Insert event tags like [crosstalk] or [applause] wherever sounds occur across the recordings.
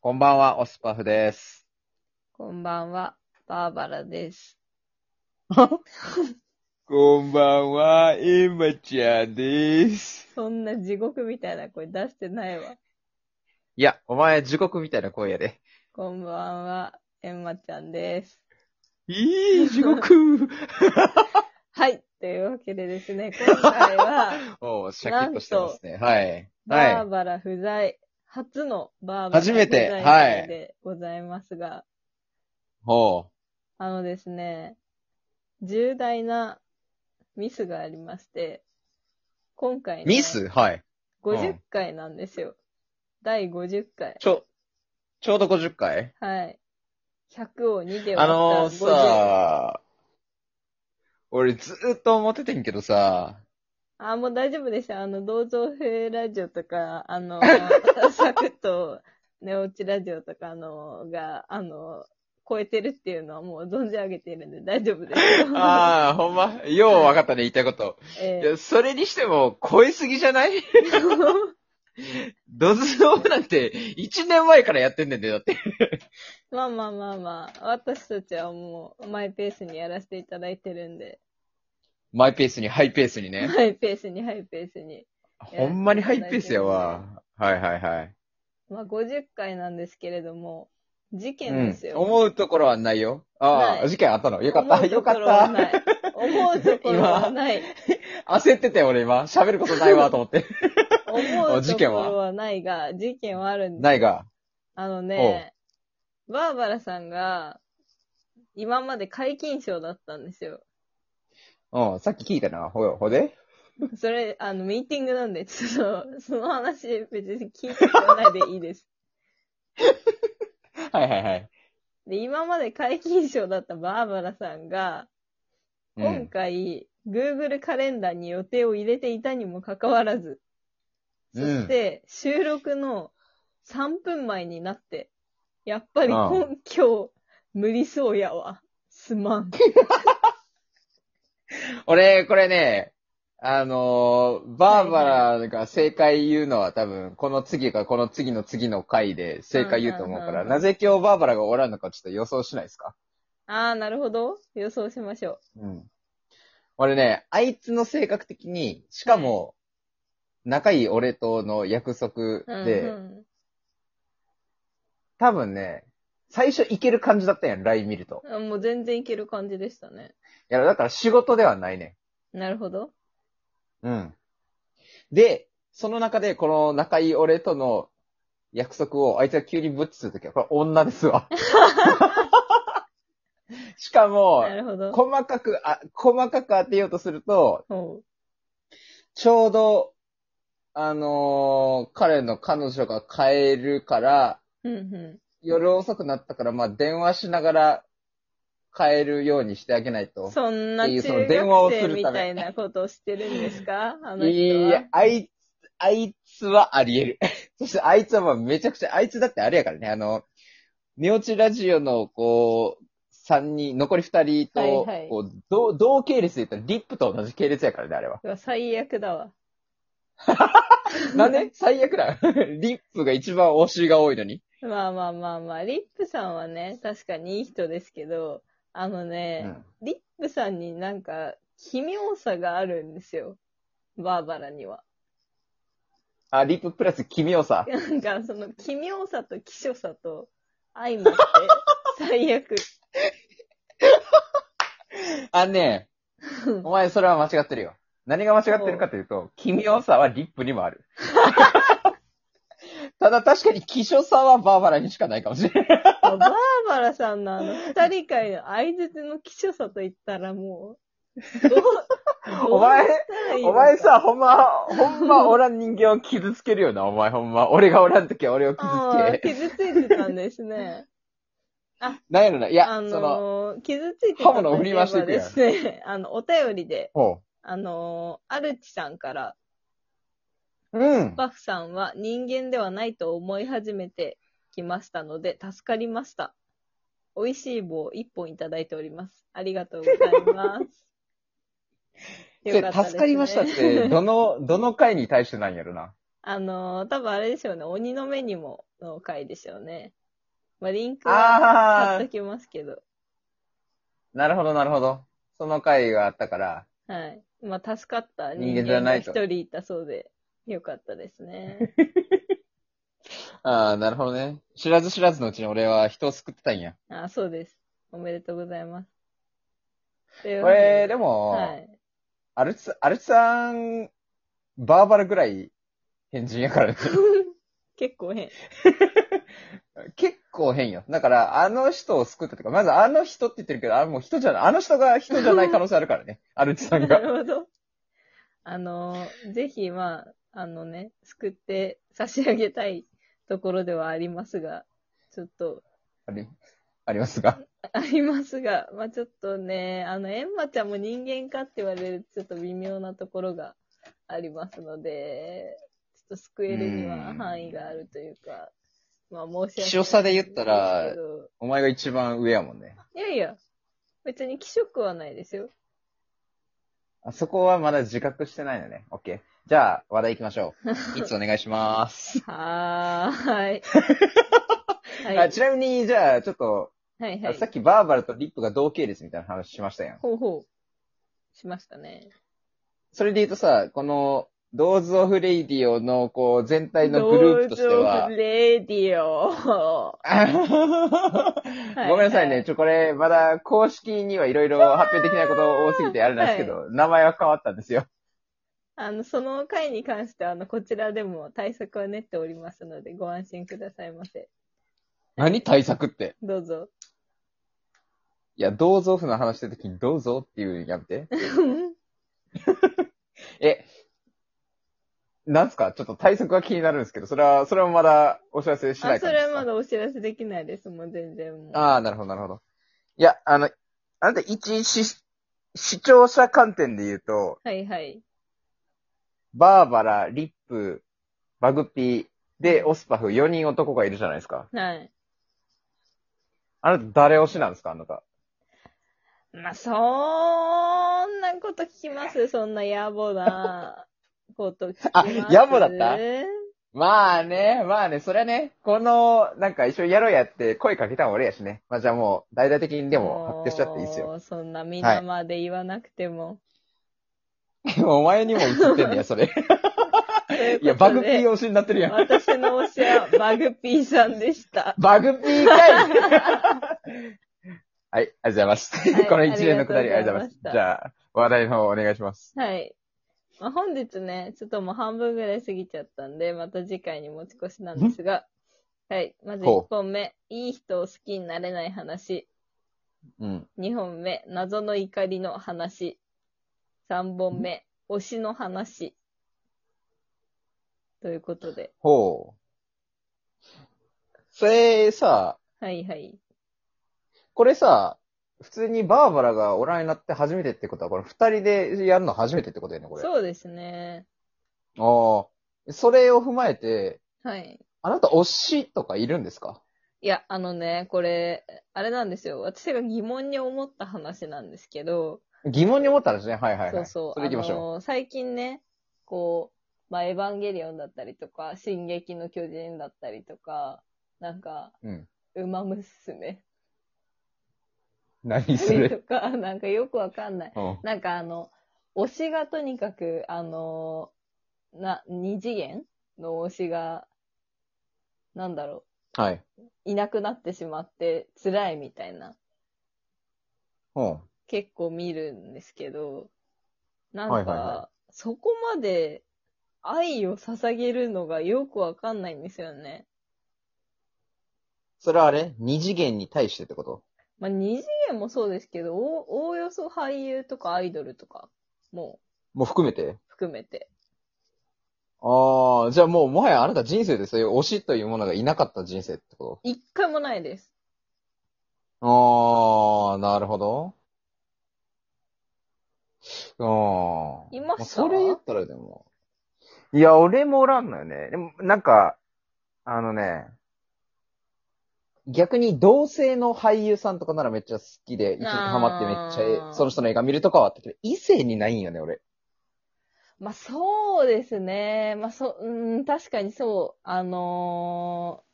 こんばんは、オスパフです。こんばんは、バーバラです。こんばんは、エマちゃんです。そんな地獄みたいな声出してないわ。いや、お前、地獄みたいな声やで。こんばんは、エンマちゃんです。いい、地獄はい、というわけでですね、今回 [laughs] [laughs] は、おう、シャキッとしてますね。はい。バーはバラ不在、初のバーバラ初めて不在会でございますが、い。ほあのですね、重大なミスがありまして、今回ねう。ミスはい。う ?50 ん回なんですよ。第50回。ちょ、ちょうど50回はい。100を2で割ったあのー、 50さ俺ずーっと思っててんけど [laughs] さ、あ、もう大丈夫でした。あの、同情兵ラジオとか、あ [laughs] の、サクッと、寝落ちラジオとかのが、あの、超えてるっていうのはもう存じ上げているんで大丈夫です [laughs] よ。ああ、ほんま、よう分かったね、言いたいこと。 [laughs] えいえや、それにしても、超えすぎじゃないドズノーなんて、1年前からやってんねんで、だって。まあまあまあまあ、私たちはもう、マイペースにやらせていただいてるんで、マイペースに、ハイペースにね。マイペースにハイペースに。ほんまにハイペースやわ。はいはいはい。まあ50回なんですけれども、事う件でんす。よ。思うところはないよ。あなあ、い事件あったのよかった。よかった。思うところは [laughs] ない。焦ってたよ、俺今。喋ることないわ、と思って。思おう事と件こはろはな [laughs] いが、事件はあるんです。ないが。あのね、バーバラさんが、今まで皆勤賞だったんですよ。うん、さっき聞いたな。ほよ、ほで。それ、あの、ミーティングなんで、ちょっと、その話、別に聞いてくれないでいいです。はいはいはい。で、今まで皆勤賞だったバーバラさんが、う今ん。回、Google カレンダーに予定を入れていたにもかかわらず、そうんして、収録の3分前になって、やっぱりああ今今日、無理そうやわ。すまん。俺、これね、あのーバーバラが正解言うのは多分、この次かこの次の次の回で正解言うと思うかうんうんら、うんなぜ今日バーバラがおらんのかちょっと予想しないですかああ、なるほど。予想しましょうん。俺ね、あいつの性格的に、しかも、仲いい俺との約束う。うんで、うん多分ね、最初いける感じだったやん、LINE 見ると。あもう全然いける感じでしたね。いや、だから仕事ではないねなるほど。ん。うん。で、その中で、この仲いい俺との約束を、あいつが急にブッチするときは、これ女ですわ。 [laughs] しかもな、るほど。細かくあ、細かく当てようとすると、ほうちょうど、あのー彼の彼女が帰るから、うんう夜遅くなったから、まあ、電話しながら帰るようにしてあげないん。と。そんなってい中うその電話を学するた生めみたいなことをしてるんです [laughs] かあの人は。いや、あいつ、あいつはあり得る。 [laughs] そして、あいつはまあめちゃくちゃ、あいつだってあれやからね、あの、寝落ちラジオの、こう、三人、残り二人と、はいはいこう同、同系列で言ったら、リップと同じ系列やからね、あれ [laughs] は。うわ最悪だわ。なんで最悪だ。 [laughs] リップが一番推しが多いのに。まあまあまあまあ、リップさんはね、確かにいい人ですけど、あのうね、んリップさんになんか、奇妙さがあるんですよ。バーバラには。 [laughs] あ、リッププラス奇妙さ。なんか、その奇妙さと奇所さと相まって、最悪。あのね、お前それは間違ってるよ。何が間違ってるかというと、奇妙さはリップにもある。 [laughs] ただ確かに希少さはバーバラにしかないかもしれない。もうバーバラさんのあの、二人会の相づの奇所さと言ったらもう、どう、お前どうしたらいいのおか前さ、、ほんま、ほんまおらん人間を傷つけるよな、お前ほんま。俺がおらん時は俺を傷あつーけ。傷ついてたんですね。なんやろな、いや、あその、のー傷ついてた刃物を振り回していくやんですね、あの、お便りで、ほあのーアルチさんから、う。うん。バフさんは人間ではないと思い始めてきましたので、助かりました。美味しい棒一本いただいております。ありがとうござい [laughs] ます。で、助かりましたっねて、どの、どの回に対してなんやろな。 [laughs] あのー、多分あれでしょうね、鬼の目にもの回でしょうね。まあ、リンクは貼あっーときますけど、なるほど、なるほど。その回があったから、はい。まあ、助かった人人間じゃ間ながいと一人いたそうで、よかったで [laughs] すね。ああ、なるほどね。知らず知らずのうちに俺は人を救ってたんや。あ、そうです。おめでとうございます。これ、でも、も、はい。アルツ、アルツさん、バーバラぐらい変人やからね。 [laughs] [laughs] 結構変。結構変よ。だから、あの人を救ったとか、まずあの人って言ってるけど、あもう人じゃない、あの人が人じゃない可能性あるから [laughs] ね。アルツさんなが。るほど。あの、ぜひ、まあ、あのね、救って差し上げたいところではありますが、ちょっと、ありありますが。ありますが、まあちょっとね、あの、エンマちゃんも人間かって言われるとちょっと微妙なところがありますので、ちょっと救えるにうはん範囲があるというか、まあ申し訳ない。強さで言ったらけどお前が一番上やもんね。いやいや、別に気色はないですよ。あそこはまだ自覚してないのね。オッケー。じゃあ、話題行きましょ [laughs] う。いつお願いします。はーい。はい。[laughs] はあちなみに、じゃあ、ちょっと、いあはいさ。っきバーバラとリップが同系列みたいな話しましたやん。ほうほう。しましたね。それで言うとさ、この、ドーズオフレイディオの、こう、全体のグループとして道は場、 [laughs] レディオ。あはははごめんなさいはいはね。いちょ、これ、まだ公式にはいろいろ発表できないこと多すぎてあれなんですけど、名前は変わったんですよ。あの、その回に関しては、あの、こちらでも対策を練っておりますので、ご安心くださいませ。何対策って。どう [laughs] ぞ。いや、どうぞふの話した時にどうぞっていうやめて。え、なんすかちょっと対策は気になるんですけど、それは、それもまだお知らせしなあ、いかそら。れはまだお知らせできないです。もう全然もう。ああ、なるほど、なるほど。いや、あの、あなた一視、視聴者観点で言うと、はいはい。バーバラ、リップ、バグピー、で、オスパフ、4人男がいるじゃないですか。はい。あなた誰推しなんですかあなた。まあ、そんなこと聞きますそんな野暮なこと聞きますあ野暮だったえまあね、まあね、そりゃね、この、なんか一緒にやろうやって声かけたの俺やしね。まあじゃあもう、大々的にでも発表しちゃっていいですよ。もう。そんな皆まで言わなくても。 [laughs] お前にも映ってんねや、それ。いや、バグピー推しになってるやん。私の推しはバグピーさんでした。バグピーかいはい、ありがとうございます。いこの一連のくだりあありりががととううございございまします。たじゃあ、話題の方お願いします。はい。まあ、本日ね、ちょっともう半分ぐらい過ぎちゃったんで、また次回に持ち越しなんですが、はい。まずほう1本目、いい人を好きになれない話。うん。 2本目、謎の怒りの話。3本目、推しの話。ということで。ほう。それさ、はいはい。これさ、普通にバーバラがおらんになって初めてってことは、これ二人でやるの初めてってことよね、これ。そうですね。ああ。それを踏まえて、はい。あなた推しとかいるんですかいや、あのね、これ、あれなんですよ。私が疑問に思った話なんですけど、疑問に思ったんですね。はいはい、はい。そうそう。それ行きましょあのー最近ね、こう、まあ、エヴァンゲリオンだったりとか、進撃の巨人だったりとか、なんか、う。うん。ウマ娘何そとれ。 [laughs] か、なんかよくわかんない。うん。なんかあの、推しがとにかく、あのーな、二次元の推しが、なんだろはい。う、いなくなってしまって辛いみたいな、うん。結構見るんですけど、なんか、はいはいはそこまで愛を捧げるのがよくわかんないんですよね。それはあれ二次元に対してってことまあ、二次元もそうですけど、おおおよそ俳優とかアイドルとかももう含めて含めて。ああ、じゃあもうもはやあなた人生でそういう推しというものがいなかった人生ってこ一回もないです。とああ、なるほど。ああ。いましたあそれ言ったらでも。いや、俺もおらんのよね。でも、なんか、あのね、逆に同性の俳優さんとかならめっちゃ好きで、一時ハマってめっちゃええあーその人の映画見るとかはあったけど、異性にないんよね、俺。まあそうですね。まあそ、うーん、確かにそう。あの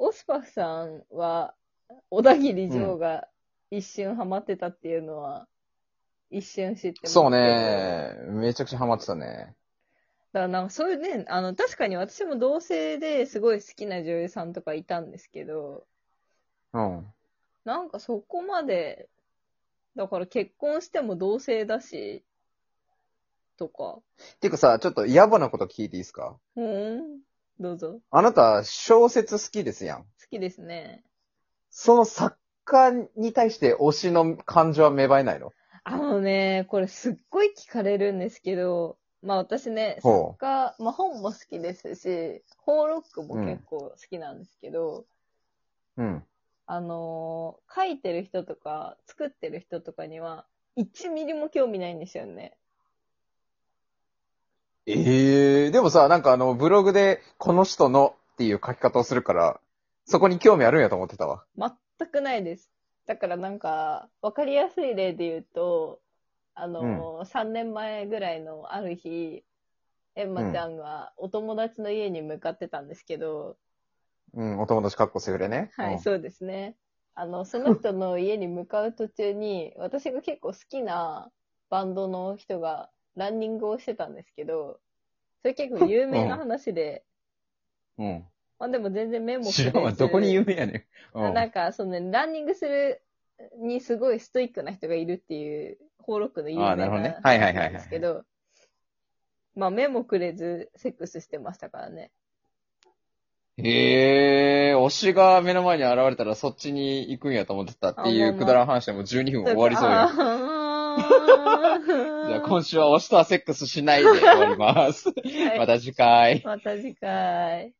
ーオスパフさんは、小田切城が一瞬ハマってたっていうのは、一瞬知ってますそう。ね。めちゃくちゃハマってたね。だからなんかそういうね、あの、確かに私も同性ですごい好きな女優さんとかいたんですけど、うん。なんかそこまで、だから結婚しても同性だし、とか。てかさ、ちょっと野暮なこと聞いていいですかうん。どうぞ。あなた、小説好きですやん。好きですね。その作家に対して推しの感情は芽生えないのあのね、これすっごい聞かれるんですけど、まあ私ね、ほ作家、まあ本も好きですし、ホーロックも結構好きなんですけど、う。うん。あのー書いてる人とか、作ってる人とかには、1ミリも興味ないんですよね。ええでもさ、なんかあの、ブログで、この人のっていう書き方をするから、そこに興味あるんやと思ってたわ。全くないです。だからなんか、わかりやすい例で言うと、あのー3年前ぐらいのある日、エンマちゃんがお友達の家に向かってたんですけど、うん、お友達かっこセフレね。はうんい、そうですね。あの、その人の家に向かう途中に、 [laughs] 私が結構好きなバンドの人がランニングをしてたんですけど、それ結構有名な話で、うん。まあでも全然メモ知らんわ、どこに有名やねん。うあん。なんか、そのね、ランニングするにすごいストイックな人がいるっていう、放ロックの有名あなーなるほどねはいはいはいはないんですけど、まあ目もくれずセックスしてましたからね。へえ、推しが目の前に現れたらそっちに行くんやと思ってたっていあうまあまあくだらん話でもう12分終わりそうやん。 [laughs] じゃあ今 [laughs] 週は推しとはセックスしないで終わります。はいまた次回。また次回。